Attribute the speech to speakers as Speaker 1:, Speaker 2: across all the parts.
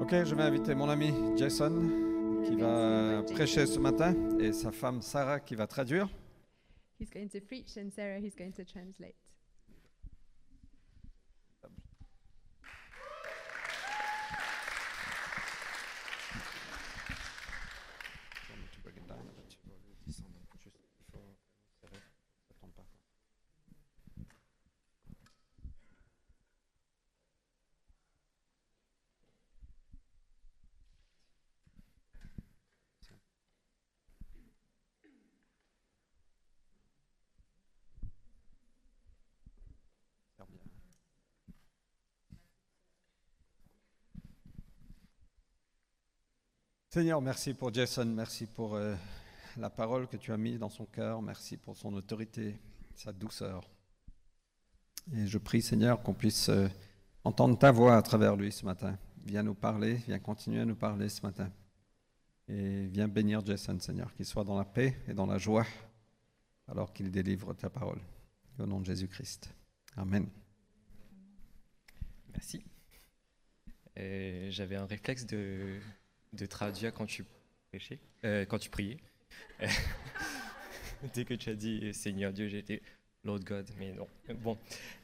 Speaker 1: Ok, je vais inviter mon ami Jason qui va prêcher ce matin et sa femme Sarah qui va traduire.
Speaker 2: He's going to preach, and Sarah, who's going to translate.
Speaker 1: Seigneur, merci pour Jason, merci pour euh, la parole que tu as mise dans son cœur, merci pour son autorité, sa douceur. Et je prie, Seigneur, qu'on puisse euh, entendre ta voix à travers lui ce matin. Viens nous parler, viens continuer à nous parler ce matin. Et viens bénir Jason, Seigneur, qu'il soit dans la paix et dans la joie alors qu'il délivre ta parole. Au nom de Jésus-Christ. Amen.
Speaker 3: Merci. Euh, J'avais un réflexe de, de traduire quand tu prêchais, euh, quand tu priais. Euh, Dès que tu as dit euh, Seigneur Dieu, j'étais Lord God, mais non. Bon,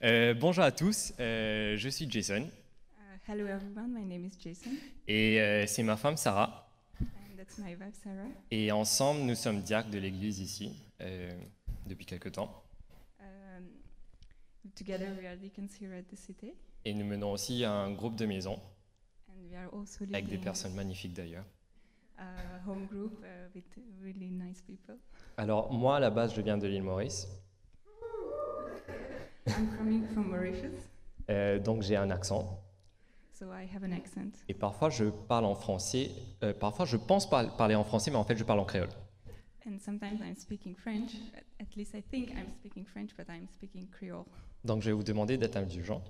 Speaker 3: Euh, bonjour à tous. euh, je suis Jason
Speaker 4: Uh, hello, everyone. My name is Jason,
Speaker 3: et euh, c'est ma femme Sarah.
Speaker 4: and that's my wife Sarah.
Speaker 3: Et ensemble, nous sommes diacres de l'Église ici euh, depuis quelque temps.
Speaker 4: Um, together, we are deacons here at the city,
Speaker 3: Et nous menons aussi un groupe de maison
Speaker 4: and we are also
Speaker 3: avec des
Speaker 4: leading
Speaker 3: personnes magnifiques d'ailleurs.
Speaker 4: a home group uh, with really nice people.
Speaker 3: Alors moi, à la base, je viens de l'île Maurice,
Speaker 4: I'm coming from Mauritius,
Speaker 3: euh, donc j'ai un accent.
Speaker 4: so I have an accent.
Speaker 3: Et parfois, je parle en français. euh, parfois, je pense par- parler en français, mais en fait, je parle en créole.
Speaker 4: And sometimes I'm speaking French. At- At least I think I'm speaking French, but I'm speaking Creole.
Speaker 3: Donc, je vais vous demander d'être indulgent.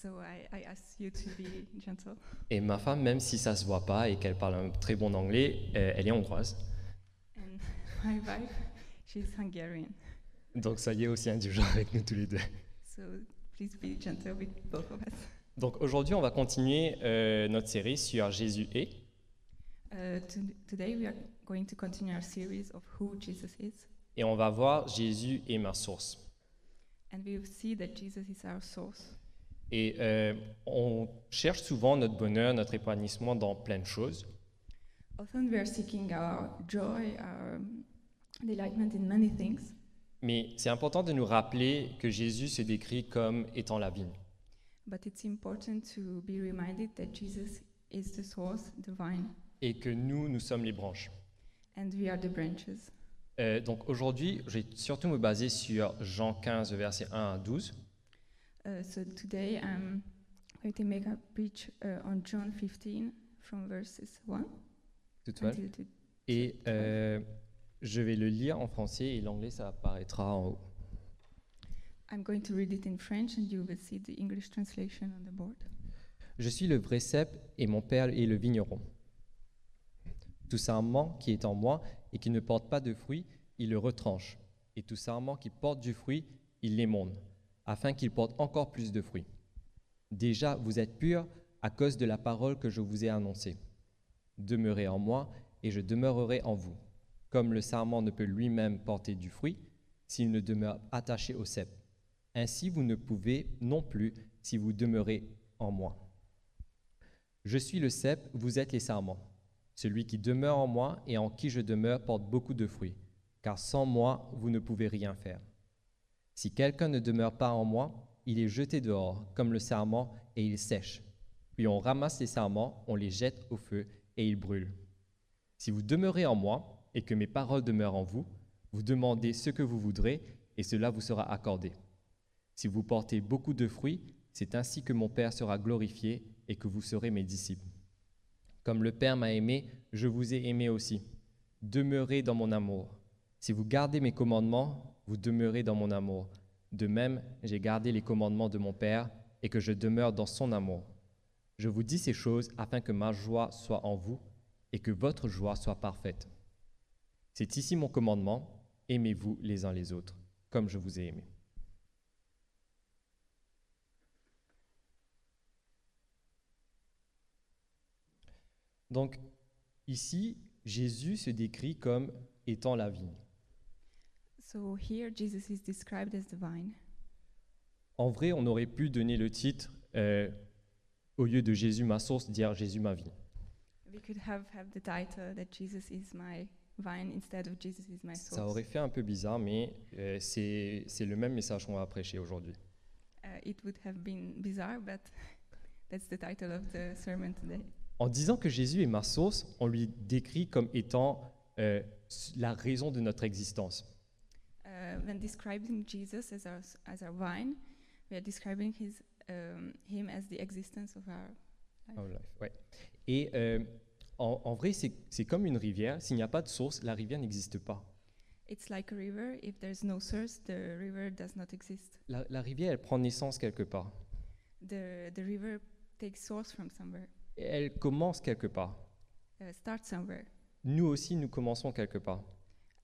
Speaker 4: So I, I ask you to be gentle.
Speaker 3: Et ma femme, même si ça se voit pas et qu'elle parle un très bon anglais, euh, elle est hongroise.
Speaker 4: And my wife, she's Hungarian.
Speaker 3: Donc, soyez aussi indulgents avec nous tous les deux.
Speaker 4: So please be gentle with both of us.
Speaker 3: Donc, aujourd'hui, on va continuer euh, notre série sur Jésus et.
Speaker 4: Uh, to- today we are going to continue our series of who Jesus is,
Speaker 3: Et on va voir Jésus est ma source.
Speaker 4: and we will see that Jesus is our source.
Speaker 3: Et euh, on cherche souvent notre bonheur, notre épanouissement dans plein de choses.
Speaker 4: Often we are seeking our joy, our um, delightment in many things,
Speaker 3: Mais c'est important de nous rappeler que Jésus se décrit comme étant la vigne.
Speaker 4: but it's important to be reminded that Jesus is the source, the vine,
Speaker 3: et que nous, nous sommes les branches.
Speaker 4: and we are the branches.
Speaker 3: Euh, donc aujourd'hui, je vais surtout me baser sur Jean 15, versets 1 à 12.
Speaker 4: Uh, so today I'm going to make a preach uh, on John 15 from verses 1 until to
Speaker 3: Et euh, je vais le lire en français et l'anglais, ça apparaîtra en haut.
Speaker 4: I'm going to read it in French, and you will see the English translation on the board.
Speaker 3: Je suis le vrai cep et mon père est le vigneron. Tout sarment qui est en moi et qui ne porte pas de fruits, il le retranche. Et tout sarment qui porte du fruit, il l'émonde, afin qu'il porte encore plus de fruits. Déjà, vous êtes purs à cause de la parole que je vous ai annoncée. Demeurez en moi et je demeurerai en vous. Comme le sarment ne peut lui-même porter du fruit s'il ne demeure attaché au cep. Ainsi, vous ne pouvez non plus si vous demeurez en moi. Je suis le cep, vous êtes les sarments. Celui qui demeure en moi et en qui je demeure porte beaucoup de fruits, car sans moi, vous ne pouvez rien faire. Si quelqu'un ne demeure pas en moi, il est jeté dehors, comme le sarment, et il sèche. Puis on ramasse les sarments, on les jette au feu, et ils brûlent. Si vous demeurez en moi, et que mes paroles demeurent en vous, vous demandez ce que vous voudrez, et cela vous sera accordé. Si vous portez beaucoup de fruits, c'est ainsi que mon Père sera glorifié et que vous serez mes disciples. Comme le Père m'a aimé, je vous ai aimé aussi. Demeurez dans mon amour. Si vous gardez mes commandements, vous demeurez dans mon amour. De même, j'ai gardé les commandements de mon Père et que je demeure dans son amour. Je vous dis ces choses afin que ma joie soit en vous et que votre joie soit parfaite. C'est ici mon commandement, aimez-vous les uns les autres, comme je vous ai aimé. Donc ici, Jésus se décrit comme étant la vigne.
Speaker 4: So here Jesus is described as the vine.
Speaker 3: En vrai, on aurait pu donner le titre euh, au lieu de Jésus ma source, dire Jésus ma vie.
Speaker 4: We could have have the title that Jesus is my vine instead of Jesus is my source.
Speaker 3: Ça aurait fait un peu bizarre, mais euh, c'est c'est le même message qu'on va prêcher aujourd'hui.
Speaker 4: Uh, it would have been bizarre, but that's the title of the sermon today.
Speaker 3: En disant que Jésus est ma source, on lui décrit comme étant euh, la raison de notre existence.
Speaker 4: Uh, when describing Jesus as our s- as our vine, we are describing his um, him as the existence of our
Speaker 3: Our life, ouais. Et euh, en, en vrai, c'est c'est comme une rivière. S'il n'y a pas de source, la rivière n'existe pas.
Speaker 4: It's like a river. If there's no source, the river does not exist.
Speaker 3: La, la rivière, elle prend naissance quelque part.
Speaker 4: The the river takes source from somewhere,
Speaker 3: Et Elle commence quelque part.
Speaker 4: uh, starts somewhere.
Speaker 3: Nous aussi, nous commençons quelque part.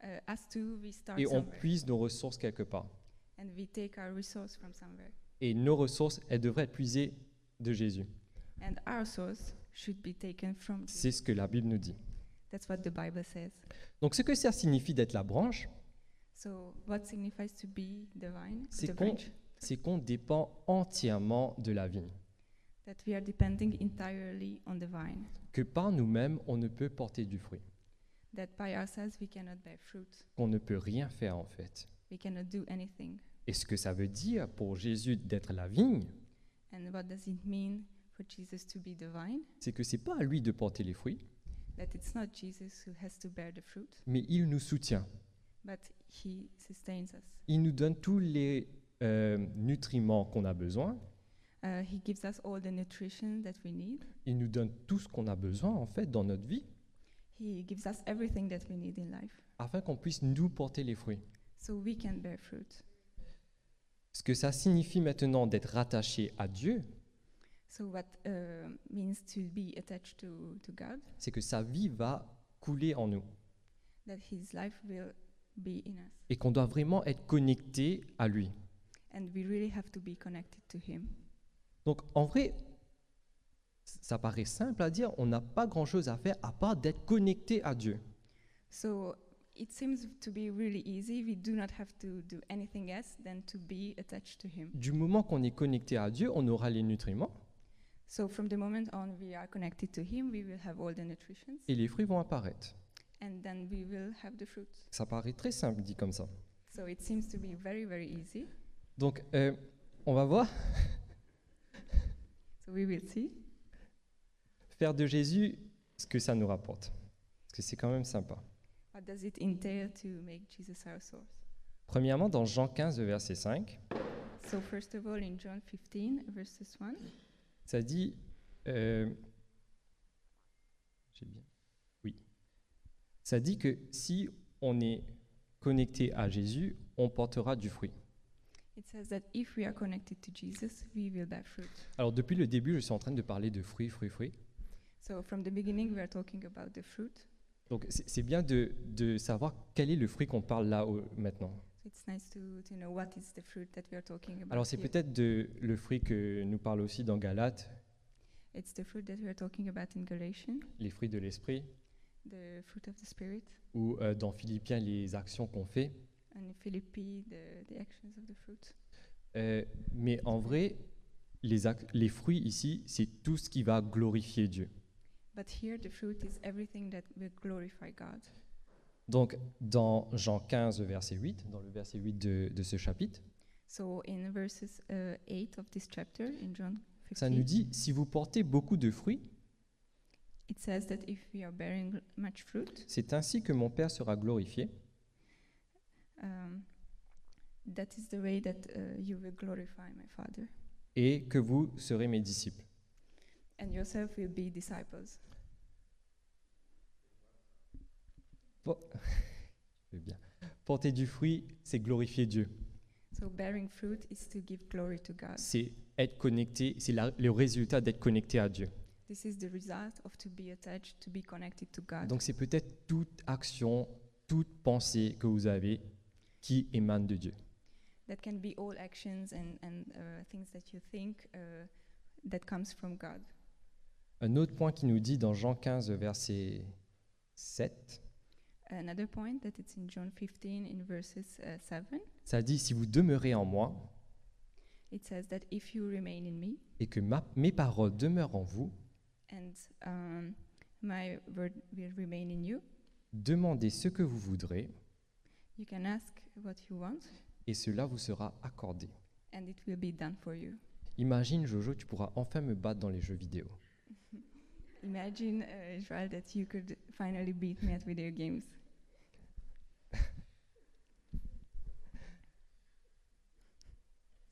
Speaker 4: Uh, us too, we start
Speaker 3: Et on
Speaker 4: somewhere,
Speaker 3: puise nos ressources quelque part.
Speaker 4: and we take our resource from somewhere.
Speaker 3: Et nos ressources, elles devraient être puisées de Jésus.
Speaker 4: And our source should be taken from. Jesus.
Speaker 3: C'est ce que la Bible nous dit.
Speaker 4: That's what the Bible says.
Speaker 3: Donc ce que ça signifie d'être la branche,
Speaker 4: So, what signifies to be the vine?
Speaker 3: C'est
Speaker 4: the
Speaker 3: con-
Speaker 4: branch?
Speaker 3: c'est qu'on dépend entièrement de la vigne.
Speaker 4: That we are depending entirely on the vine.
Speaker 3: Que par nous-mêmes, on ne peut porter du fruit.
Speaker 4: That by ourselves we cannot bear fruit.
Speaker 3: Qu'on ne peut rien faire en fait.
Speaker 4: We cannot do anything.
Speaker 3: Et ce que ça veut dire pour Jésus d'être la vigne,
Speaker 4: And what does it mean for Jesus to be the vine?
Speaker 3: c'est que c'est pas à lui de porter les fruits,
Speaker 4: That it's not Jesus who has to bear the fruit,
Speaker 3: mais il nous soutient.
Speaker 4: but he sustains us.
Speaker 3: Il nous donne tous les euh, nutriments qu'on a besoin.
Speaker 4: Uh, he gives us all the nutrition that we need.
Speaker 3: Il nous donne tout ce qu'on a besoin en fait dans notre vie
Speaker 4: He gives us everything that we need in life
Speaker 3: afin qu'on puisse nous porter les fruits.
Speaker 4: so we can bear fruit.
Speaker 3: Ce que ça signifie maintenant d'être rattaché à Dieu,
Speaker 4: So, what uh, means to be attached to, to God?
Speaker 3: c'est que sa vie va couler en nous
Speaker 4: That his life will be in us.
Speaker 3: et qu'on doit vraiment être connecté à lui.
Speaker 4: And we really have to be connected to him.
Speaker 3: Donc en vrai, ça paraît simple à dire, on n'a pas grand-chose à faire à part d'être connecté à Dieu.
Speaker 4: So it seems to be really easy. We do not have to do anything else than to be attached to Him.
Speaker 3: Du moment qu'on est connecté à Dieu, on aura les nutriments
Speaker 4: So from the moment on, we are connected to Him, we will have all the nutrition,
Speaker 3: et les fruits vont apparaître.
Speaker 4: and then we will have the fruit.
Speaker 3: Ça paraît très simple dit comme ça.
Speaker 4: So it seems to be very, very easy.
Speaker 3: Donc euh, on va voir
Speaker 4: So we will see.
Speaker 3: faire de Jésus ce que ça nous rapporte. Parce que c'est quand même sympa.
Speaker 4: What does it entail to make Jesus our source?
Speaker 3: Premièrement, dans Jean 15, le verset 5,
Speaker 4: So first of all, in John 15, verses 1,
Speaker 3: ça dit... euh, j'ai bien- Oui. Ça dit que si on est connecté à Jésus, on portera du fruit.
Speaker 4: it says that if we are connected to Jesus, we will bear fruit.
Speaker 3: Alors depuis le début, je suis en train de parler de fruits, fruits, fruits.
Speaker 4: So from the beginning, we are talking about the fruit.
Speaker 3: Donc c'est c'est bien de, de savoir quel est le fruit qu'on parle là au- maintenant.
Speaker 4: It's nice to, to know what is the fruit that we are talking about.
Speaker 3: Alors c'est
Speaker 4: here.
Speaker 3: peut-être de- le fruit que nous parle aussi dans Galates,
Speaker 4: It's the fruit that we are talking about in Galatians,
Speaker 3: les fruits de l'esprit,
Speaker 4: the fruit of the Spirit,
Speaker 3: ou euh, dans Philippiens, les actions qu'on fait.
Speaker 4: and in Philippi, the, the actions of the fruit.
Speaker 3: Euh, mais en vrai, les, ac- les fruits ici, c'est tout ce qui va glorifier Dieu.
Speaker 4: But here, the fruit is everything that will glorify God.
Speaker 3: Donc dans Jean 15, verset 8, dans le verset 8 de, de ce chapitre,
Speaker 4: So in verses uh, 8 of this chapter in John
Speaker 3: ça nous
Speaker 4: 15,
Speaker 3: dit, si vous portez beaucoup de fruits,
Speaker 4: it says that if we are bearing much fruit,
Speaker 3: c'est ainsi que mon Père sera glorifié,
Speaker 4: um, that is the way that uh, you will glorify my Father,
Speaker 3: et que vous serez mes disciples.
Speaker 4: and yourself will be disciples.
Speaker 3: Je vais bien. Porter du fruit, c'est glorifier Dieu.
Speaker 4: So bearing fruit is to give glory to God.
Speaker 3: C'est être connecté, c'est la- le résultat d'être connecté à Dieu.
Speaker 4: This is the result of to be attached, to be connected to God.
Speaker 3: Ah, Donc c'est peut-être toute action, toute pensée que vous avez qui émane de Dieu.
Speaker 4: that can be all actions and, and uh, things that you think uh, that comes from God.
Speaker 3: Un autre point qui nous dit dans Jean 15, verset 7,
Speaker 4: Another point that it's in John 15 in verses uh, 7.
Speaker 3: ça dit, si vous demeurez en moi
Speaker 4: It says that if you remain in me
Speaker 3: et que ma- mes paroles demeurent en vous,
Speaker 4: and um, my word will remain in you,
Speaker 3: demandez ce que vous voudrez
Speaker 4: you can ask what you want
Speaker 3: et cela vous sera accordé.
Speaker 4: and it will be done for you.
Speaker 3: Imagine Jojo, tu pourras enfin me battre dans les jeux vidéo.
Speaker 4: Imagine, uh, Israel, that you could finally beat me at video games.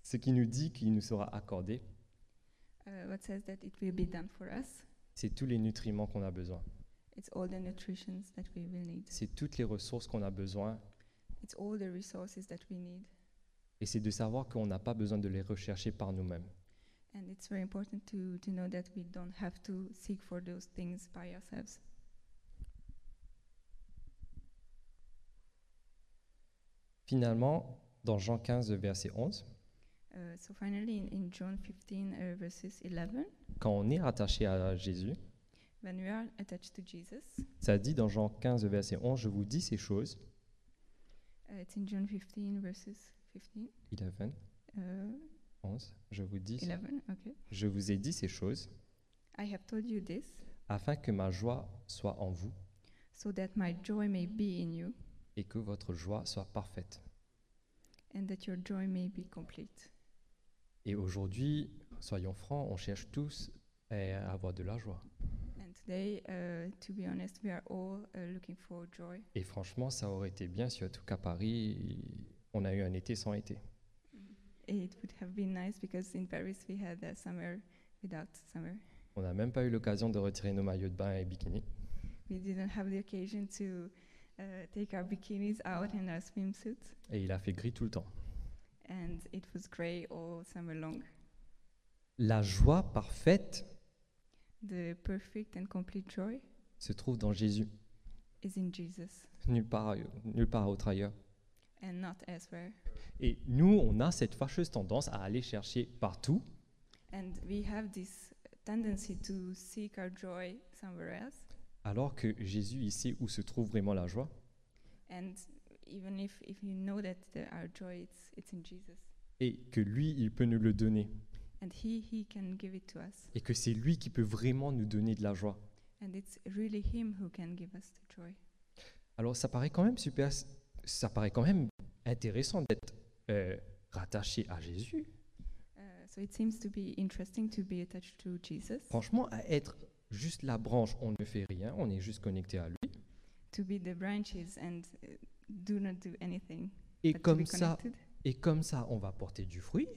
Speaker 3: Ce qui nous dit qu'il nous sera accordé,
Speaker 4: Uh, what says that it will be done for us?
Speaker 3: c'est tous les nutriments qu'on a besoin,
Speaker 4: It's all the nutritions that we will need.
Speaker 3: c'est toutes les ressources qu'on a besoin,
Speaker 4: It's all the resources that we need.
Speaker 3: et c'est de savoir qu'on n'a pas besoin de les rechercher par nous-mêmes.
Speaker 4: And it's very important to, to know that we don't have to seek for those things by ourselves.
Speaker 3: Finalement, dans Jean 15, verset 11,
Speaker 4: Uh, so finally, in, in John 15, uh, verses 11,
Speaker 3: quand on est rattaché à Jésus,
Speaker 4: when we are attached to Jesus,
Speaker 3: ça dit dans Jean 15, verset 11, je vous dis ces choses,
Speaker 4: uh, it's in John 15, verses 15,
Speaker 3: 11,
Speaker 4: uh,
Speaker 3: 11, je vous dis,
Speaker 4: 11, okay.
Speaker 3: je vous ai dit ces choses,
Speaker 4: I have told you this
Speaker 3: afin que ma joie soit en vous
Speaker 4: so that my joy may be in you
Speaker 3: et que votre joie soit parfaite.
Speaker 4: and that your joy may be complete.
Speaker 3: Et aujourd'hui, soyons francs, on cherche tous à avoir de la joie.
Speaker 4: And today, uh, to be honest, we are all uh, looking for joy.
Speaker 3: Et franchement, ça aurait été bien si, en tout cas, Paris, on a eu un été sans été.
Speaker 4: It would have been nice because in Paris we had a summer without summer.
Speaker 3: On n'a même pas eu l'occasion de retirer nos maillots de bain et bikinis.
Speaker 4: We didn't have the occasion to uh, take our bikinis out and our swimsuits,
Speaker 3: Et il a fait gris tout le temps.
Speaker 4: and it was gray all summer long.
Speaker 3: La joie parfaite
Speaker 4: The perfect and complete joy
Speaker 3: se trouve dans Jésus,
Speaker 4: is in Jesus
Speaker 3: nulle part, ailleurs- nulle part autre ailleurs.
Speaker 4: and not elsewhere.
Speaker 3: Et nous, on a cette fâcheuse tendance à aller chercher partout
Speaker 4: And we have this tendency to seek our joy somewhere else.
Speaker 3: Alors que Jésus, il sait où se trouve vraiment la joie.
Speaker 4: And even if, if you know that the, our joy it's, it's in Jesus,
Speaker 3: Et que lui, il peut nous le donner.
Speaker 4: and He He can give it to us,
Speaker 3: Et que c'est lui qui peut vraiment nous donner de la joie.
Speaker 4: and it's really Him who can give us the joy.
Speaker 3: Alors ça paraît quand même super, ça paraît quand même intéressant d'être euh, rattaché à Jésus.
Speaker 4: Uh, so it seems to be interesting to be attached to Jesus,
Speaker 3: Franchement, à être juste la branche, on ne fait rien, on est juste connecté à lui.
Speaker 4: to be the branches and uh, do not do anything,
Speaker 3: Et
Speaker 4: but to be
Speaker 3: comme ça,
Speaker 4: connected.
Speaker 3: et comme ça, on va porter du fruit.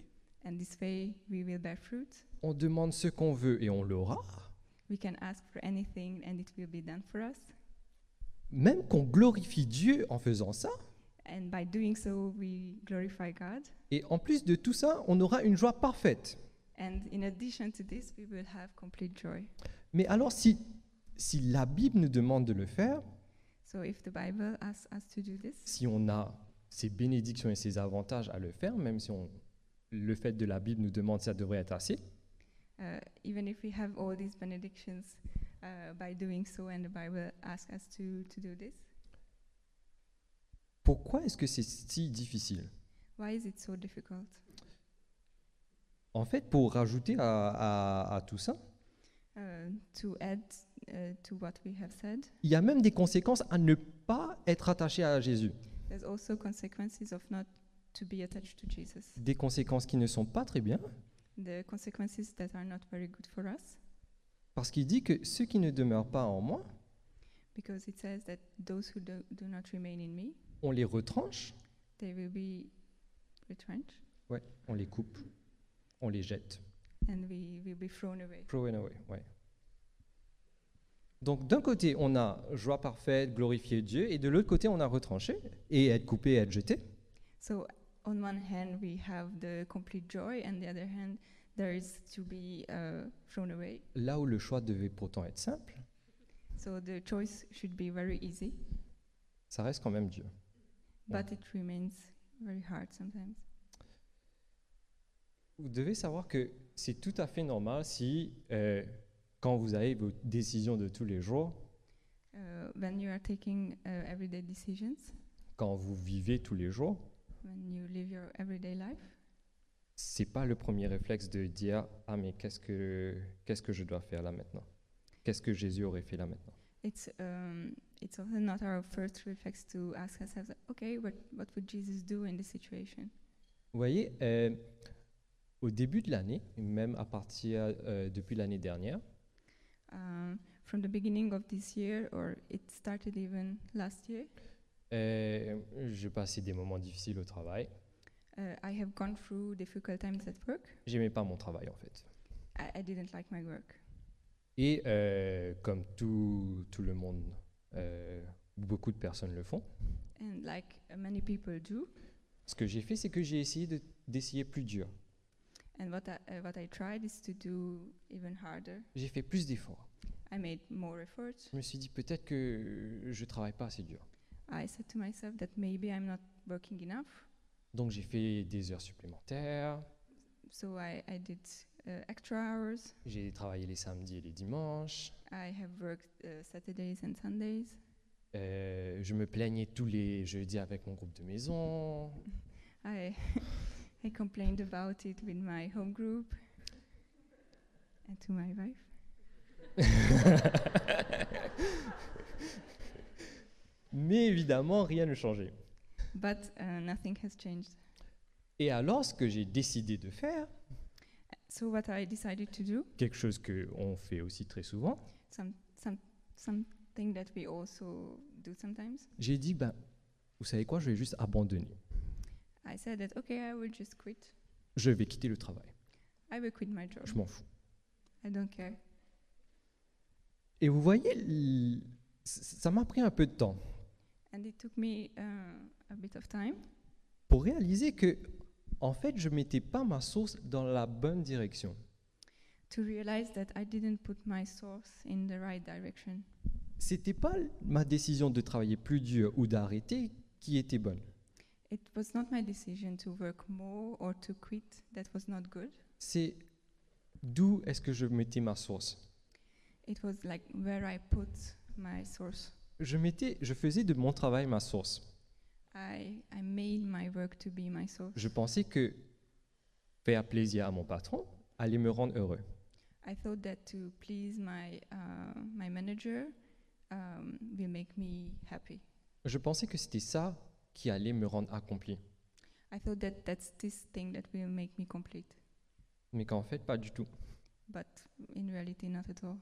Speaker 4: And this way we will bear fruit.
Speaker 3: On demande ce qu'on veut et on l'aura.
Speaker 4: We can ask for anything, and it will be done for us.
Speaker 3: Même qu'on glorifie Dieu en faisant ça.
Speaker 4: And by doing so, we glorify God.
Speaker 3: Et en plus de tout ça, on aura une joie parfaite.
Speaker 4: And in addition to this, we will have complete joy.
Speaker 3: Mais alors, si, si la Bible nous demande de le faire,
Speaker 4: So if the Bible asks us to do this,
Speaker 3: si on a ses bénédictions et ses avantages à le faire, même si on- le fait de la Bible nous demande ça devrait être assez,
Speaker 4: uh, even if we have all these benedictions uh, by doing so, and the Bible asks us to, to do this,
Speaker 3: pourquoi est-ce que c'est si difficile
Speaker 4: why is it so difficult?
Speaker 3: En fait, pour rajouter à, à- à tout ça,
Speaker 4: Uh, to add uh, to what we have said,
Speaker 3: il y a même des conséquences à ne pas être attaché à Jésus.
Speaker 4: there's also consequences of not to be attached to Jesus.
Speaker 3: Des conséquences qui ne sont pas très bien,
Speaker 4: The consequences that are not very good for us,
Speaker 3: parce qu'il dit que ceux qui ne demeurent pas en moi,
Speaker 4: because it says that those who do, do not remain in me,
Speaker 3: on les retranche,
Speaker 4: they will be retrenched,
Speaker 3: on les coupe, on les jette.
Speaker 4: and we will be thrown away.
Speaker 3: Thrown away, ouais. Donc d'un côté, on a joie parfaite, glorifier Dieu, et de l'autre côté, on a retranché, et être coupé, et être jeté.
Speaker 4: So on one hand we have the complete joy, and the other hand there is to be uh, thrown away.
Speaker 3: Là où le choix devait pourtant être simple,
Speaker 4: So the choice should be very easy,
Speaker 3: ça reste quand même Dieu.
Speaker 4: but it remains very hard sometimes.
Speaker 3: Vous devez savoir que c'est tout à fait normal si euh, Quand vous avez vos décisions de tous les jours,
Speaker 4: uh, when you are taking uh, everyday decisions,
Speaker 3: quand vous vivez tous les jours,
Speaker 4: when you live your everyday life,
Speaker 3: c'est pas le premier réflexe de dire ah mais qu'est-ce que qu'est-ce que je dois faire là maintenant Qu'est-ce que Jésus aurait fait là maintenant
Speaker 4: it's um, it's often not our first reflex to ask ourselves, okay, what what would Jesus do in this situation?
Speaker 3: Vous voyez, euh, au début de l'année, même à partir euh, depuis l'année dernière,
Speaker 4: Um, from the beginning of this year, or it started even last year,
Speaker 3: euh, je passais des moments difficiles au travail.
Speaker 4: uh, I have gone through difficult times at work.
Speaker 3: J'aimais pas mon travail en fait.
Speaker 4: I, I didn't like my work.
Speaker 3: Et euh, comme tout tout le monde, euh, beaucoup de personnes le font.
Speaker 4: And like uh, many people do,
Speaker 3: Ce que j'ai fait, c'est que j'ai essayé de- d'essayer plus dur.
Speaker 4: and what I, uh, what I tried is to do even harder.
Speaker 3: J'ai fait plus d'efforts.
Speaker 4: I made more efforts.
Speaker 3: Je me suis dit peut-être que je travaille pas assez dur.
Speaker 4: I said to myself that maybe I'm not working enough,
Speaker 3: Donc j'ai fait des heures supplémentaires.
Speaker 4: so I, I did uh, extra hours.
Speaker 3: J'ai travaillé les samedis et les dimanches.
Speaker 4: I have worked uh, Saturdays and Sundays.
Speaker 3: Euh, je me plaignais tous les jeudis avec mon groupe de maison.
Speaker 4: I I complained about it with my home group and to my wife.
Speaker 3: Mais évidemment, rien ne changeait.
Speaker 4: But uh, nothing has changed.
Speaker 3: Et alors, ce que j'ai décidé de faire,
Speaker 4: So what I decided to do,
Speaker 3: quelque chose qu'on fait aussi très souvent,
Speaker 4: some some something that we also do sometimes,
Speaker 3: j'ai dit, ben, vous savez quoi, je vais juste abandonner.
Speaker 4: I said that okay, I will just quit.
Speaker 3: Je vais quitter le travail.
Speaker 4: I will quit my job.
Speaker 3: Je m'en fous.
Speaker 4: I don't care.
Speaker 3: Et vous voyez, l- c- ça m'a pris un peu de temps
Speaker 4: And it took me uh, a bit of time
Speaker 3: pour réaliser que, en fait, je mettais pas ma source dans la bonne direction.
Speaker 4: to realize that I didn't put my source in the right direction.
Speaker 3: C'était pas l- ma décision de travailler plus dur ou d'arrêter qui était bonne.
Speaker 4: It was not my decision to work more or to quit. That was not good.
Speaker 3: C'est d'où est-ce que je mettais ma source.
Speaker 4: it was like where I put my source.
Speaker 3: Je mettais, je faisais de mon travail ma source.
Speaker 4: I, I made my work to be my source.
Speaker 3: Je pensais que faire plaisir à mon patron allait me rendre heureux.
Speaker 4: I thought that to please my, uh, my manager um, will make me happy.
Speaker 3: Je pensais que c'était ça qui allait me rendre accompli.
Speaker 4: I thought that that's this thing that will make me complete.
Speaker 3: Mais qu'en fait, pas du tout.
Speaker 4: But in reality, not at all.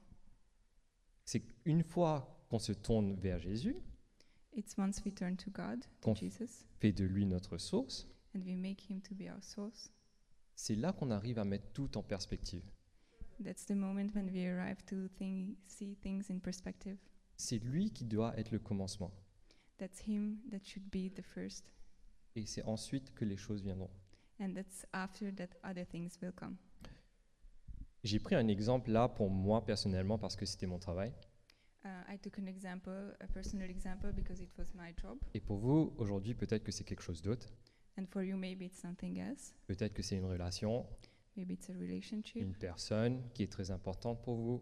Speaker 3: C'est qu'une fois qu'on se tourne vers Jésus,
Speaker 4: It's once we turn to God, to
Speaker 3: Conf-
Speaker 4: Jesus,
Speaker 3: fait de lui notre source,
Speaker 4: and we make Him to be our source.
Speaker 3: c'est là qu'on arrive à mettre tout en perspective.
Speaker 4: That's the moment when we arrive to think, see things in perspective.
Speaker 3: C'est lui qui doit être le commencement.
Speaker 4: That's Him that should be the first,
Speaker 3: Et c'est ensuite que les choses viendront.
Speaker 4: and that's after that other things will come.
Speaker 3: J'ai pris un exemple là pour moi personnellement parce que c'était mon travail.
Speaker 4: Uh, I took an example, a personal example, because it was my job,
Speaker 3: Et pour vous, aujourd'hui, peut-être que c'est quelque chose d'autre.
Speaker 4: and for you maybe it's something else.
Speaker 3: Peut-être que c'est une relation,
Speaker 4: Maybe it's a relationship,
Speaker 3: une personne qui est très importante pour vous,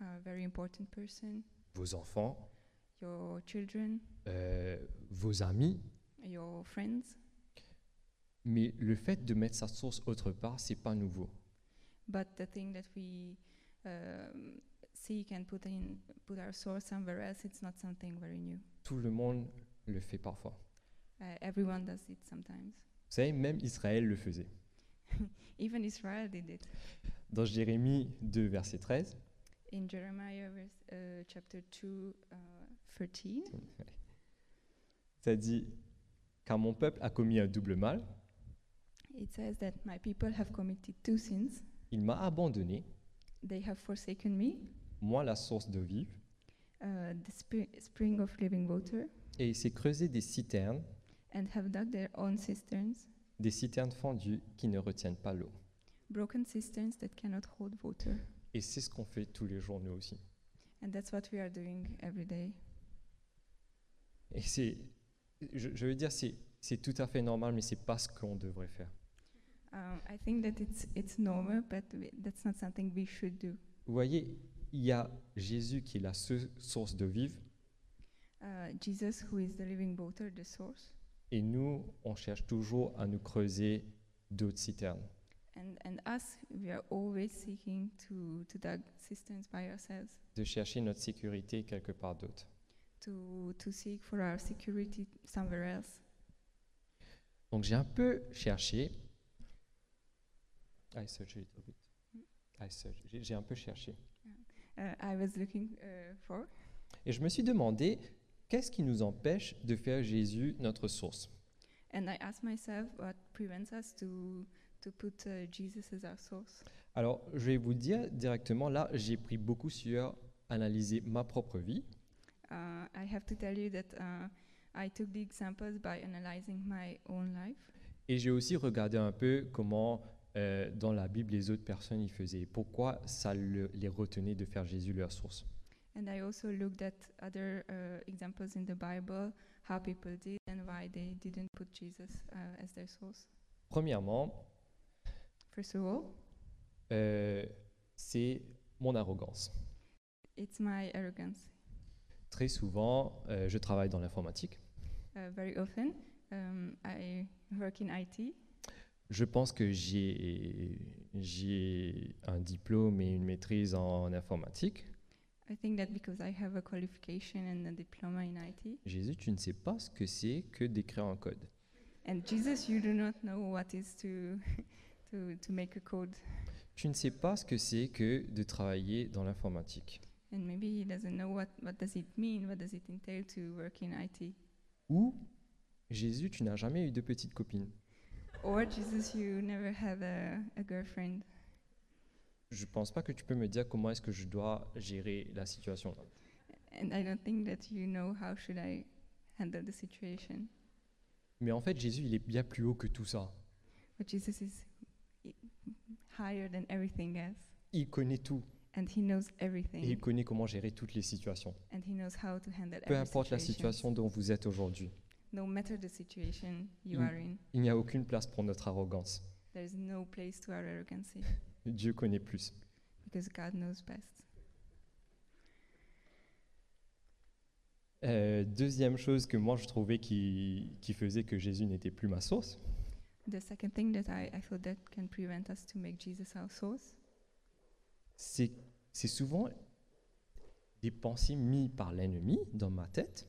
Speaker 4: a very important person,
Speaker 3: vos enfants,
Speaker 4: your children,
Speaker 3: euh, vos amis.
Speaker 4: your friends.
Speaker 3: Mais le fait de mettre sa source autre part, c'est pas nouveau.
Speaker 4: But the thing that we um, seek and put in, put our source somewhere else, it's not something very new.
Speaker 3: Tout le monde le fait parfois.
Speaker 4: Uh, everyone does it sometimes.
Speaker 3: Vous savez, même Israël le faisait.
Speaker 4: Even Israel did it.
Speaker 3: Dans Jérémie 2, verset 13,
Speaker 4: In Jeremiah verse, uh, chapter 2, uh, 13,
Speaker 3: ça dit Car mon peuple a commis un double mal,
Speaker 4: it says that my people have committed two sins.
Speaker 3: il m'a abandonné,
Speaker 4: They have forsaken me,
Speaker 3: moi la source d'eau vive,
Speaker 4: uh, the spri- spring of living water
Speaker 3: et il s'est creusé des citernes,
Speaker 4: and have dug their own cisterns,
Speaker 3: des citernes fendues qui ne retiennent pas l'eau.
Speaker 4: broken cisterns that cannot hold water.
Speaker 3: Et c'est ce qu'on fait tous les jours, nous aussi.
Speaker 4: And that's what we are doing every day.
Speaker 3: Et c'est, je, je veux dire, c'est, c'est tout à fait normal, mais c'est pas ce qu'on devrait faire.
Speaker 4: Um, I think that it's it's normal, but we, that's not something we should do.
Speaker 3: Vous voyez, il y a Jésus qui est la seu- source de vivre
Speaker 4: Uh, Jesus, who is the living water, the source,
Speaker 3: et nous, on cherche toujours à nous creuser d'autres citernes.
Speaker 4: and, and us, we are always seeking to, to dug cisterns by ourselves,
Speaker 3: de chercher notre sécurité quelque part d'autre.
Speaker 4: to, to seek for our security somewhere else.
Speaker 3: Donc j'ai un peu cherché. Ah, I searched a little bit. I searched. J'ai- J'ai un peu cherché.
Speaker 4: Uh, I was looking uh, for,
Speaker 3: Et je me suis demandé qu'est-ce qui nous empêche de faire Jésus notre source.
Speaker 4: and I asked myself what prevents us to, to put uh, Jesus as our source.
Speaker 3: Alors je vais vous dire directement là, j'ai pris beaucoup sur analyser ma propre vie
Speaker 4: Uh, I have to tell you that uh, I took the examples by analyzing my own life,
Speaker 3: et j'ai aussi regardé un peu comment euh, dans la Bible les autres personnes y faisaient, et pourquoi ça le- les retenait de faire Jésus leur source.
Speaker 4: and I also looked at other uh, examples in the Bible, how people did and why they didn't put Jesus uh, as their source.
Speaker 3: Premièrement,
Speaker 4: First of all,
Speaker 3: Euh, c'est mon arrogance.
Speaker 4: it's my arrogance.
Speaker 3: Très souvent, euh, je travaille dans l'informatique.
Speaker 4: Uh, very often, um, I work in IT.
Speaker 3: Je pense que j'ai j'ai un diplôme et une maîtrise en informatique.
Speaker 4: I think that because I have a qualification and a diploma in IT,
Speaker 3: Jésus, tu ne sais pas ce que c'est que d'écrire un code.
Speaker 4: and Jesus, you do not know what is to to to make a code,
Speaker 3: Tu ne sais pas ce que c'est que de travailler dans l'informatique.
Speaker 4: and maybe he doesn't know what what does it mean, what does it entail to work in IT,
Speaker 3: Ou Jésus, tu n'as jamais eu de petite copine.
Speaker 4: or Jesus, you never had a a girlfriend.
Speaker 3: Je pense pas que tu peux me dire comment est-ce que je dois gérer la situation. là.
Speaker 4: And I don't think that you know how should I handle the situation.
Speaker 3: Mais en fait, Jésus, il est bien plus haut que tout ça.
Speaker 4: But Jesus is i- higher than everything else,
Speaker 3: Il connaît tout
Speaker 4: and he knows
Speaker 3: et il
Speaker 4: everything,
Speaker 3: connaît comment gérer toutes les situations.
Speaker 4: and he knows how to handle
Speaker 3: Peu
Speaker 4: every
Speaker 3: importe la
Speaker 4: situation.
Speaker 3: situation dont vous êtes aujourd'hui,
Speaker 4: No matter the situation you
Speaker 3: Mm.
Speaker 4: are in,
Speaker 3: il n'y a aucune place pour notre arrogance.
Speaker 4: there is no place to our arrogancy
Speaker 3: Dieu connaît plus.
Speaker 4: because God knows best.
Speaker 3: Euh, deuxième chose que moi je trouvais qui, qui faisait que Jésus n'était plus ma source,
Speaker 4: The second thing that I, I thought that can prevent us to make Jesus our source
Speaker 3: c'est c'est souvent des pensées mises par l'ennemi dans ma tête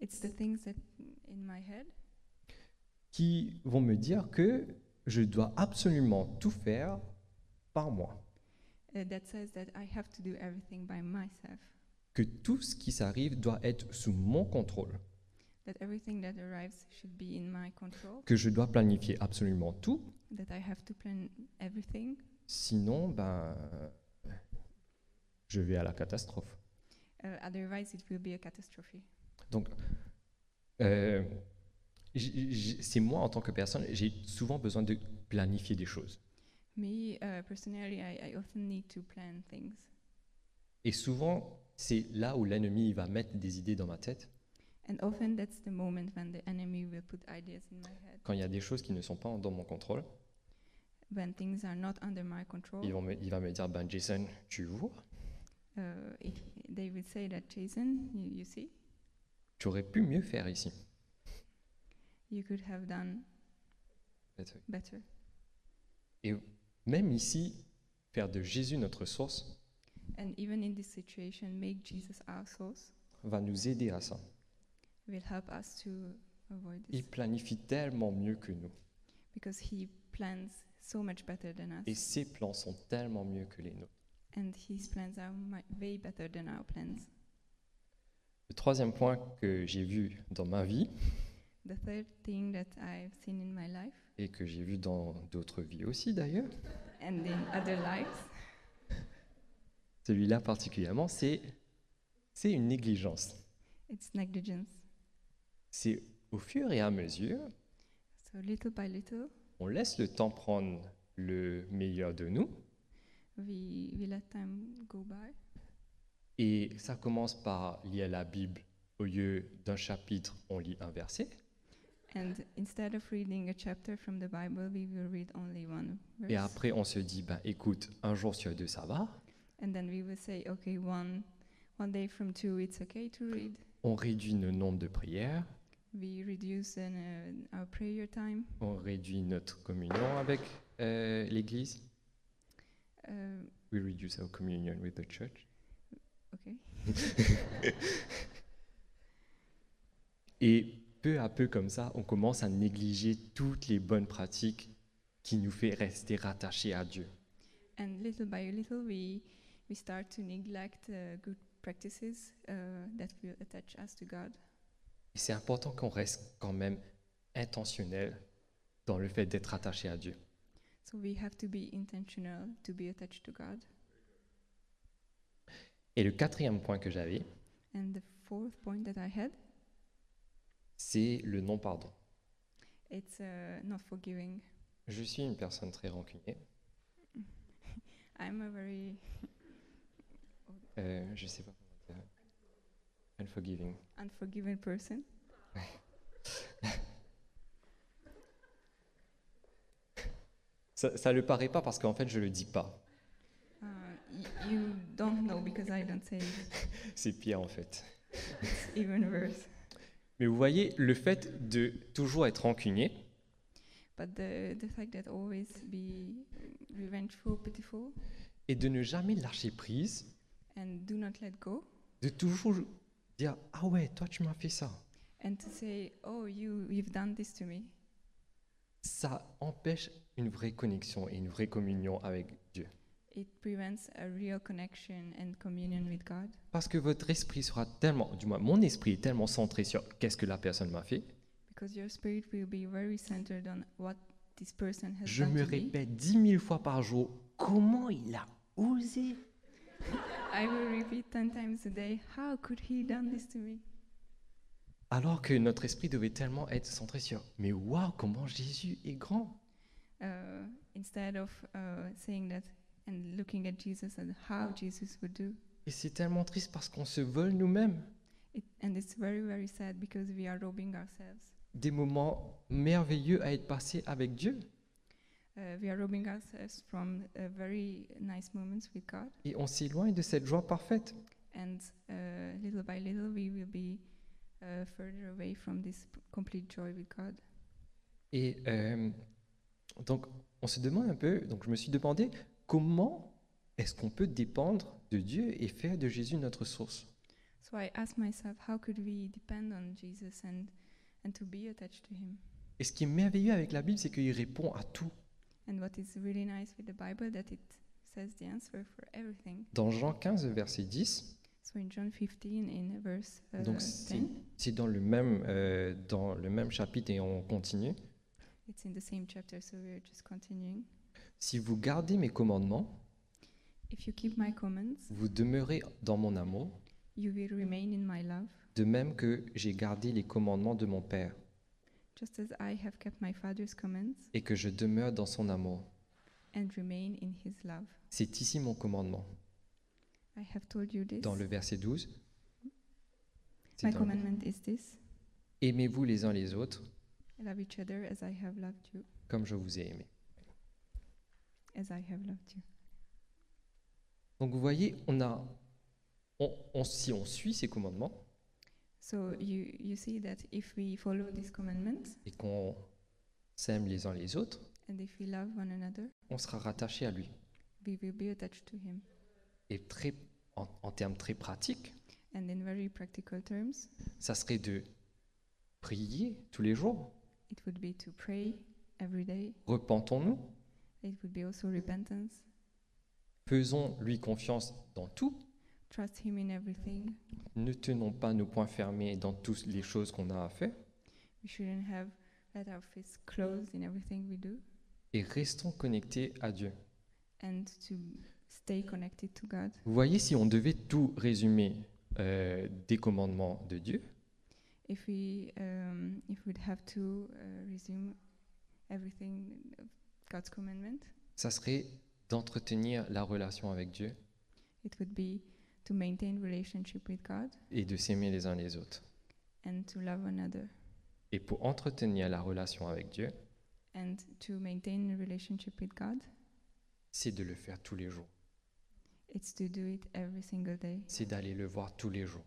Speaker 4: it's the things that in my head
Speaker 3: qui vont me dire que je dois absolument tout faire par moi,
Speaker 4: uh, that says that I have to do everything by myself,
Speaker 3: que tout ce qui s'arrive doit être sous mon contrôle,
Speaker 4: that everything that arrives should be in my control,
Speaker 3: que je dois planifier absolument tout,
Speaker 4: that I have to plan everything,
Speaker 3: sinon ben je vais à la catastrophe.
Speaker 4: uh, otherwise it will be a catastrophe.
Speaker 3: Donc, euh, j- j- c'est moi en tant que personne, j'ai souvent besoin de planifier des choses.
Speaker 4: Me uh, personally, I, I often need to plan things,
Speaker 3: Et souvent, c'est là où l'ennemi il va mettre des idées dans ma tête
Speaker 4: and often that's the moment when the enemy will put ideas in my head.
Speaker 3: quand il y a des choses qui ne sont pas dans mon contrôle.
Speaker 4: when things are not under my control,
Speaker 3: ils vont me- il va me dire, ben Jason, tu vois,
Speaker 4: uh, it, they will say that Jason, you, you see,
Speaker 3: tu aurais pu mieux faire ici.
Speaker 4: you could have done better.
Speaker 3: Même ici, faire de Jésus notre source
Speaker 4: And even in this situation, make Jesus our source
Speaker 3: va nous aider à ça.
Speaker 4: will help us to avoid this
Speaker 3: Il planifie tellement mieux que nous.
Speaker 4: because He plans so much better than us,
Speaker 3: Et ses plans sont tellement mieux que les nôtres.
Speaker 4: and His plans are mi- way better than our plans.
Speaker 3: Le troisième point que j'ai vu dans ma vie
Speaker 4: The third thing that I've seen in my life
Speaker 3: et que j'ai vu dans d'autres vies aussi d'ailleurs,
Speaker 4: and in other lives,
Speaker 3: celui-là particulièrement, c'est c'est une négligence.
Speaker 4: it's negligence.
Speaker 3: C'est au fur et à mesure,
Speaker 4: So little by little,
Speaker 3: on laisse le temps prendre le meilleur de nous
Speaker 4: we we let time go by.
Speaker 3: et ça commence par lire la Bible au lieu d'un chapitre, on lit un verset
Speaker 4: And instead of reading a chapter from the Bible, we will read only one verse.
Speaker 3: et après on se dit ben écoute, un jour sur deux ça va
Speaker 4: and then we will say, okay, one one day from two, it's okay to read.
Speaker 3: On réduit le nombre de prières,
Speaker 4: We reduce then, uh, our prayer time.
Speaker 3: on réduit notre communion avec euh, l'Église.
Speaker 4: Um,
Speaker 3: We reduce our communion with the church.
Speaker 4: okay.
Speaker 3: Et peu à peu comme ça, on commence à négliger toutes les bonnes pratiques qui nous fait rester rattachés à Dieu.
Speaker 4: And little by little, we we start to neglect uh, good practices uh, that will attach us to God.
Speaker 3: Et c'est important qu'on reste quand même intentionnel dans le fait d'être attaché à Dieu.
Speaker 4: So we have to be intentional to be attached to God.
Speaker 3: Et le quatrième point que j'avais,
Speaker 4: And the fourth point that I had,
Speaker 3: c'est le non-pardon.
Speaker 4: it's uh, not forgiving.
Speaker 3: Je suis une personne très rancunier.
Speaker 4: I'm a very
Speaker 3: Euh, je sais pas comment dire. Unforgiving.
Speaker 4: unforgiving person.
Speaker 3: Ça, ça le paraît pas parce qu'en fait, je le dis pas.
Speaker 4: Uh, y- you don't know because I don't say it.
Speaker 3: C'est pire en fait.
Speaker 4: It's even worse.
Speaker 3: Mais vous voyez, le fait de toujours être rancunier,
Speaker 4: But the the fact that always be revengeful, pitiful,
Speaker 3: et de ne jamais lâcher prise,
Speaker 4: and do not let go,
Speaker 3: de toujours dire ah ouais toi tu m'as fait ça,
Speaker 4: and to say, "Oh, you you've done this to me,"
Speaker 3: ça empêche une vraie connexion et une vraie communion avec Dieu.
Speaker 4: it prevents a real connection and communion with God
Speaker 3: Parce que votre esprit sera tellement, du moins mon esprit est tellement centré sur qu'est-ce que la personne m'a fait,
Speaker 4: because your spirit will be very centered on what this person has
Speaker 3: je
Speaker 4: done
Speaker 3: me
Speaker 4: to me.
Speaker 3: répète dix mille fois par jour comment il a osé.
Speaker 4: I will repeat ten times a day, "How could he done this to me?"
Speaker 3: Alors que notre esprit devait tellement être centré sur mais waouh comment Jésus est grand.
Speaker 4: uh, instead of uh, saying that and looking at Jesus and how Jesus would do.
Speaker 3: Et c'est tellement triste parce qu'on se vole nous-mêmes
Speaker 4: It, and it's very, very sad because we are robbing ourselves.
Speaker 3: des moments merveilleux à être passés avec Dieu.
Speaker 4: Uh, we are robbing ourselves from uh, very nice moments with God,
Speaker 3: Et on s'éloigne de cette joie parfaite.
Speaker 4: and uh, little by little we will be uh, further away from this p- complete joy with God.
Speaker 3: Et euh, donc, on se demande un peu, donc je me suis demandé comment est-ce qu'on peut dépendre de Dieu et faire de Jésus notre source.
Speaker 4: So I asked myself, how could we depend on Jesus and and to be attached to Him?
Speaker 3: Et ce qui est merveilleux avec la Bible, c'est qu'il répond à tout.
Speaker 4: And what is really nice with the Bible that it says the answer for everything.
Speaker 3: Dans Jean 15, verset 10,
Speaker 4: So in John 15, in verse uh,
Speaker 3: donc c'est
Speaker 4: 10,
Speaker 3: c'est dans, le même, euh, dans le même chapitre et on continue.
Speaker 4: it's in the same chapter, so we're just continuing.
Speaker 3: Si vous gardez mes commandements,
Speaker 4: If you keep my commands,
Speaker 3: vous demeurez dans mon amour,
Speaker 4: you will remain in my love,
Speaker 3: de même que j'ai gardé les commandements de mon Père
Speaker 4: just as I have kept my Father's commands
Speaker 3: et que je demeure dans son amour.
Speaker 4: and remain in his love.
Speaker 3: C'est ici mon commandement.
Speaker 4: I have told you this.
Speaker 3: dans le verset 12. c'est
Speaker 4: my
Speaker 3: dans le-
Speaker 4: commandment is this
Speaker 3: Aimez-vous les uns les autres
Speaker 4: love each other as I have loved you,
Speaker 3: comme je vous ai aimé.
Speaker 4: as I have loved you.
Speaker 3: Donc vous voyez, on a, on, on- si on suit ces commandements
Speaker 4: So you, you see that if we follow these commandments
Speaker 3: et qu'on s'aime les uns les autres,
Speaker 4: and if we love one another,
Speaker 3: on sera rattaché à lui.
Speaker 4: we will be attached to him.
Speaker 3: Et très, en, en termes très pratiques,
Speaker 4: And in very practical terms,
Speaker 3: ça serait de prier tous les jours,
Speaker 4: it would be to pray every day
Speaker 3: repentons-nous,
Speaker 4: It would be also repentance.
Speaker 3: faisons-lui confiance dans tout,
Speaker 4: Trust Him in everything.
Speaker 3: ne tenons pas nos poings fermés dans toutes les choses qu'on a à faire,
Speaker 4: We shouldn't have let our fists closed in everything we do
Speaker 3: et restons connectés à Dieu.
Speaker 4: and to stay connected to God.
Speaker 3: Vous voyez, si on devait tout résumer euh, des commandements de Dieu,
Speaker 4: If we um, if we'd have to uh, resume everything of God's commandment,
Speaker 3: ça serait d'entretenir la relation avec Dieu
Speaker 4: it would be to maintain relationship with God
Speaker 3: et de s'aimer les uns les autres.
Speaker 4: and to love another.
Speaker 3: Et pour entretenir la relation avec Dieu,
Speaker 4: And to maintain a relationship with God,
Speaker 3: c'est de le faire tous les jours.
Speaker 4: It's to do it every single day.
Speaker 3: c'est d'aller le voir tous les jours,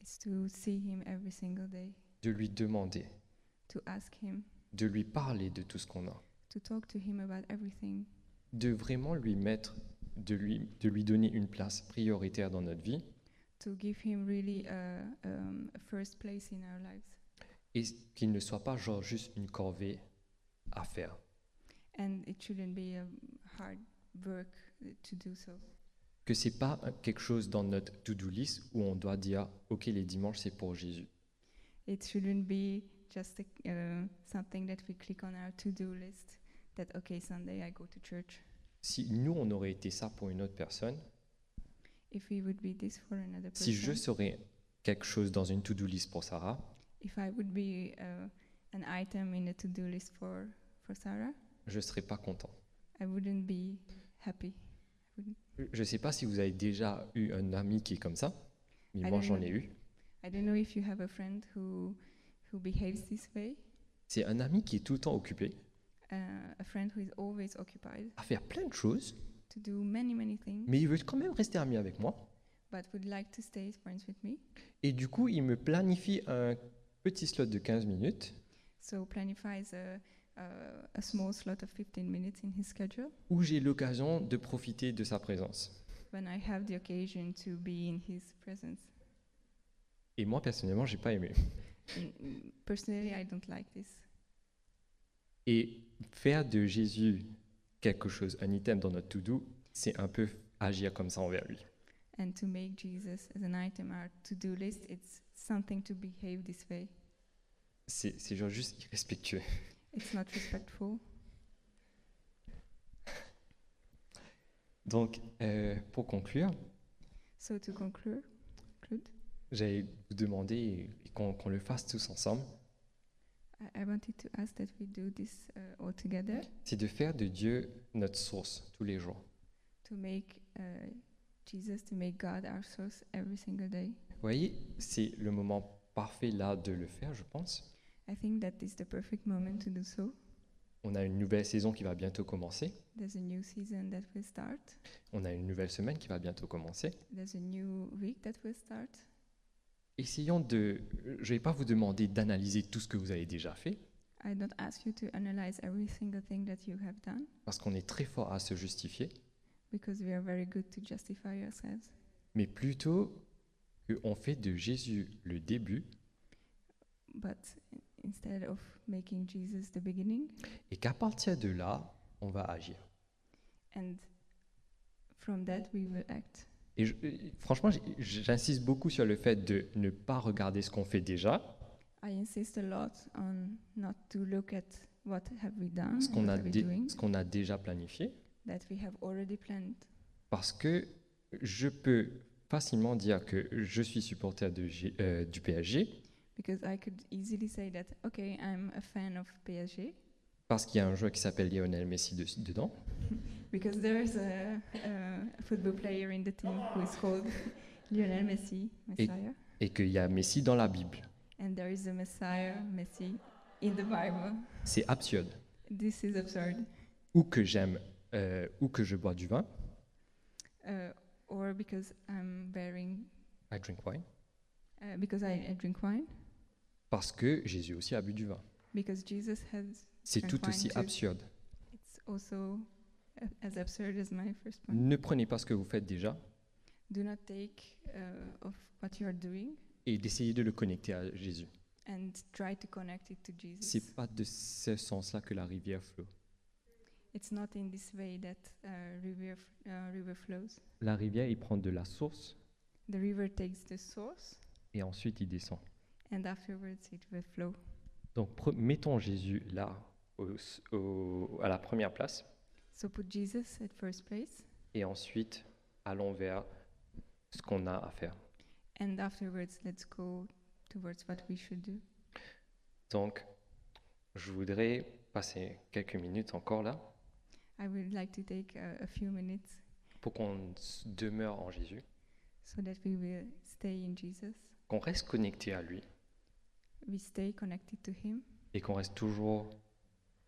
Speaker 4: It's to see Him every single day,
Speaker 3: de lui demander,
Speaker 4: to ask Him,
Speaker 3: de lui parler de tout ce qu'on a,
Speaker 4: to talk to Him about everything,
Speaker 3: de vraiment lui mettre, de lui, de lui donner une place prioritaire dans notre vie
Speaker 4: to give Him really a, um, a first place in our lives,
Speaker 3: et qu'il ne soit pas genre juste une corvée à faire.
Speaker 4: and it shouldn't be a hard work uh, to do so.
Speaker 3: Que c'est pas un- quelque chose dans notre to-do list où on doit dire OK les dimanches c'est pour Jésus.
Speaker 4: It shouldn't be just a, uh, something that we click on our to-do list. That okay, Sunday I go to church.
Speaker 3: Si nous on aurait été ça pour une autre personne,
Speaker 4: If we would be this for another person,
Speaker 3: si je serais quelque chose dans une to-do list pour Sarah,
Speaker 4: if I would be uh, an item in the to-do list for for Sarah,
Speaker 3: je serais pas content.
Speaker 4: I wouldn't be happy.
Speaker 3: Je sais pas si vous avez déjà eu un ami qui est comme ça, mais
Speaker 4: Ah,
Speaker 3: moi
Speaker 4: non,
Speaker 3: j'en
Speaker 4: non.
Speaker 3: ai eu.
Speaker 4: I don't know if you have a friend who who behaves this way,
Speaker 3: C'est un ami qui est tout le temps occupé
Speaker 4: uh, a friend who is always occupied
Speaker 3: à faire plein de choses,
Speaker 4: to do many many things,
Speaker 3: mais il veut quand même rester ami avec moi.
Speaker 4: but would like to stay as friends with me.
Speaker 3: Et du coup, il me planifie un petit slot de 15 minutes
Speaker 4: So planifies a uh, a small slot of 15 minutes in his schedule.
Speaker 3: où j'ai l'occasion de profiter de sa présence.
Speaker 4: when I have the occasion to be in his presence.
Speaker 3: Et moi, personnellement, j'ai pas aimé.
Speaker 4: And personally, I don't like this.
Speaker 3: Et faire de Jésus quelque chose, un item dans notre to-do, c'est un peu agir comme ça envers lui.
Speaker 4: And to make Jesus as an item our to-do list, it's something to behave this way.
Speaker 3: C'est c'est genre juste irrespectueux.
Speaker 4: It's not respectful.
Speaker 3: Donc, euh, pour conclure,
Speaker 4: So to conclude, conclude,
Speaker 3: j'allais vous demander et qu'on qu'on le fasse tous ensemble,
Speaker 4: I, I wanted to ask that we do this uh, all together
Speaker 3: c'est de faire de Dieu notre source tous les jours.
Speaker 4: to make uh, Jesus, to make God our source every single day.
Speaker 3: Vous voyez, c'est le moment parfait là de le faire, je pense.
Speaker 4: I think that is the perfect moment to do so.
Speaker 3: On a une nouvelle saison qui va bientôt commencer.
Speaker 4: There's a new season that will start.
Speaker 3: On a une nouvelle semaine qui va bientôt commencer.
Speaker 4: There's a new week that will start.
Speaker 3: Essayons de... Je ne vais pas vous demander d'analyser tout ce que vous avez déjà fait,
Speaker 4: I don't ask you to analyze every single thing that you have done
Speaker 3: parce qu'on est très fort à se justifier,
Speaker 4: because we are very good to justify ourselves,
Speaker 3: mais plutôt qu'on fait de Jésus le début
Speaker 4: but instead of making Jesus the beginning,
Speaker 3: et qu'à partir de là, on va agir.
Speaker 4: and from that we will act.
Speaker 3: Et je- et franchement, j'- j'insiste beaucoup sur le fait de ne pas regarder ce qu'on fait déjà,
Speaker 4: I insist a lot on not to look at what have we done,
Speaker 3: ce qu'on
Speaker 4: Mm, what
Speaker 3: a,
Speaker 4: are we
Speaker 3: dé-
Speaker 4: doing,
Speaker 3: ce qu'on a déjà planifié,
Speaker 4: that we have already planned,
Speaker 3: parce que je peux facilement dire que je suis supporter de G- euh, du PSG,
Speaker 4: because I could easily say that okay, I'm a fan of PSG
Speaker 3: parce qu'il y a un joueur qui s'appelle Lionel Messi de- dedans.
Speaker 4: because there's a, a football player in the team who is called Lionel Messi, Messiah.
Speaker 3: et qu'il y a Messi dans la Bible.
Speaker 4: and there is a Messiah, Messi, in the Bible.
Speaker 3: C'est absurde.
Speaker 4: This is absurd.
Speaker 3: Ou que j'aime, euh, ou que je bois du vin,
Speaker 4: Uh, or because I'm wearing,
Speaker 3: I drink wine,
Speaker 4: uh, because I, I drink wine,
Speaker 3: parce que Jésus aussi a bu du vin.
Speaker 4: because Jesus has,
Speaker 3: C'est
Speaker 4: Drink
Speaker 3: tout
Speaker 4: wine
Speaker 3: aussi
Speaker 4: too.
Speaker 3: absurde.
Speaker 4: it's also uh, as absurd as my first point.
Speaker 3: Ne prenez pas ce que vous faites déjà
Speaker 4: Do not take uh, of what you're doing
Speaker 3: et d'essayer de le connecter à Jésus.
Speaker 4: and try to connect it to Jesus.
Speaker 3: C'est pas de ce sens-là que la rivière flotte.
Speaker 4: It's not in this way that uh, river, f- uh, river flows.
Speaker 3: La rivière, il prend de la source
Speaker 4: The river takes the source
Speaker 3: et ensuite il descend.
Speaker 4: and afterwards it will flow.
Speaker 3: Donc pre- mettons Jésus là, au- au- à la première place,
Speaker 4: So put Jesus at first place
Speaker 3: et ensuite allons vers ce qu'on a à faire.
Speaker 4: and afterwards let's go towards what we should do.
Speaker 3: Donc, je voudrais passer quelques minutes encore là
Speaker 4: I would like to take a, a few minutes
Speaker 3: pour qu'on s- demeure en Jésus,
Speaker 4: so that we will stay in Jesus.
Speaker 3: qu'on reste connecté à lui
Speaker 4: We stay connected to Him
Speaker 3: et qu'on reste toujours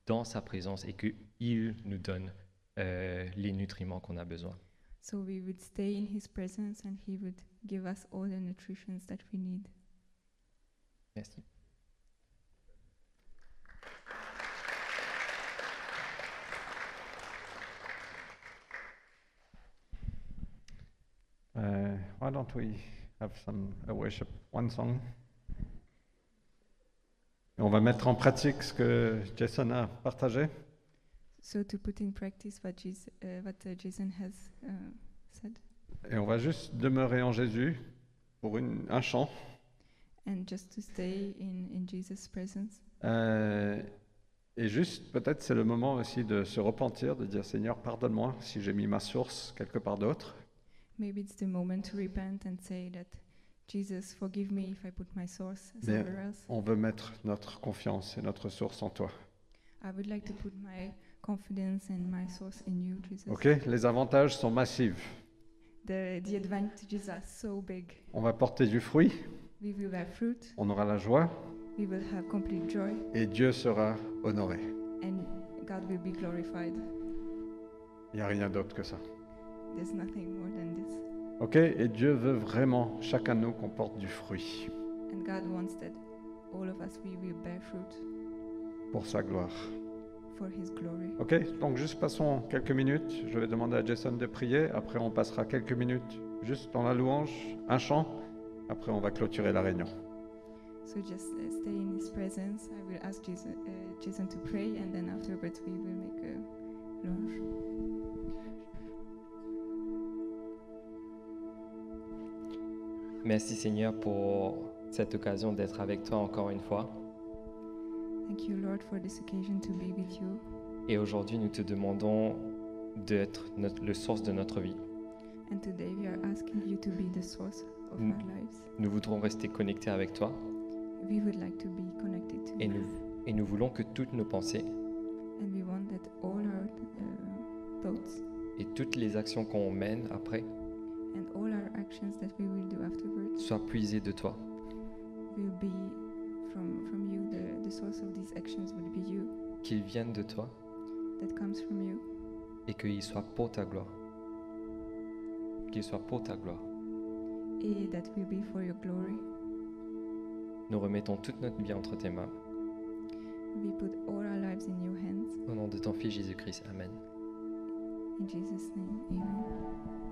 Speaker 3: dans sa présence et qu'il nous donne euh, les nutriments qu'on a besoin.
Speaker 4: So we would stay in His presence and He would give us all the nutrition that we need.
Speaker 5: Merci.
Speaker 1: Uh, why don't we have some a worship one song? Et on va mettre en pratique ce que Jason a partagé.
Speaker 4: So to put in practice what, Jesus, uh, what uh, Jason has uh, said,
Speaker 1: Et on va juste demeurer en Jésus pour une- un chant.
Speaker 4: and just to stay in, in Jesus' presence.
Speaker 1: Euh, et juste, peut-être c'est le moment aussi de se repentir, de dire Seigneur, pardonne-moi si j'ai mis ma source quelque part d'autre.
Speaker 4: Maybe it's the moment to repent and say that Jesus, forgive me if I put my source somewhere else.
Speaker 1: On veut mettre notre confiance et notre source en toi.
Speaker 4: I would like to put my confidence and my source in you, Jesus.
Speaker 1: Ok Les avantages sont massifs.
Speaker 4: The, the advantages are so big.
Speaker 1: On va porter du fruit,
Speaker 4: We will bear fruit,
Speaker 1: on aura la joie
Speaker 4: we will have complete joy,
Speaker 1: et Dieu sera honoré.
Speaker 4: and God will be glorified.
Speaker 1: Il n'y a rien d'autre que ça.
Speaker 4: There's nothing more than this.
Speaker 1: Ok Et Dieu veut vraiment, chacun de nous, qu'on porte du fruit
Speaker 4: And God wants that all of us, we will bear fruit
Speaker 1: pour sa gloire.
Speaker 4: for His glory.
Speaker 1: Ok Donc juste passons quelques minutes. Je vais demander à Jason de prier. Après, on passera quelques minutes juste dans la louange, un chant. Après, on va clôturer la réunion.
Speaker 4: So just uh, stay in His presence. I will ask Jesus, uh, Jason to pray, and then afterwards we will make a lunch.
Speaker 3: Merci Seigneur pour cette occasion d'être avec toi encore une fois.
Speaker 4: Thank you, Lord, for this occasion to be with you.
Speaker 3: Et aujourd'hui, nous te demandons d'être notre- le source de notre vie.
Speaker 4: And today we are asking you to be the source of
Speaker 3: Mm.
Speaker 4: our lives.
Speaker 3: Nous voudrons rester connectés avec toi
Speaker 4: We would like to be connected to
Speaker 3: et
Speaker 4: you.
Speaker 3: nous, et nous voulons que toutes nos pensées
Speaker 4: And we want that all our uh, thoughts
Speaker 3: et toutes les actions qu'on mène après
Speaker 4: and all our actions that we will do afterwards
Speaker 3: soient puisées de toi.
Speaker 4: will be from from you. The, the source of these actions will be you,
Speaker 3: Qu'ils viennent de toi
Speaker 4: that comes from you,
Speaker 3: et qu'ils soient pour ta gloire. Qu'ils soient pour ta gloire.
Speaker 4: eh, that will be for your glory.
Speaker 3: Nous remettons toute notre vie entre tes mains.
Speaker 4: We put all our lives in your hands.
Speaker 3: Au nom de ton Fils Jésus-Christ. Amen.
Speaker 4: In Jesus' name, amen.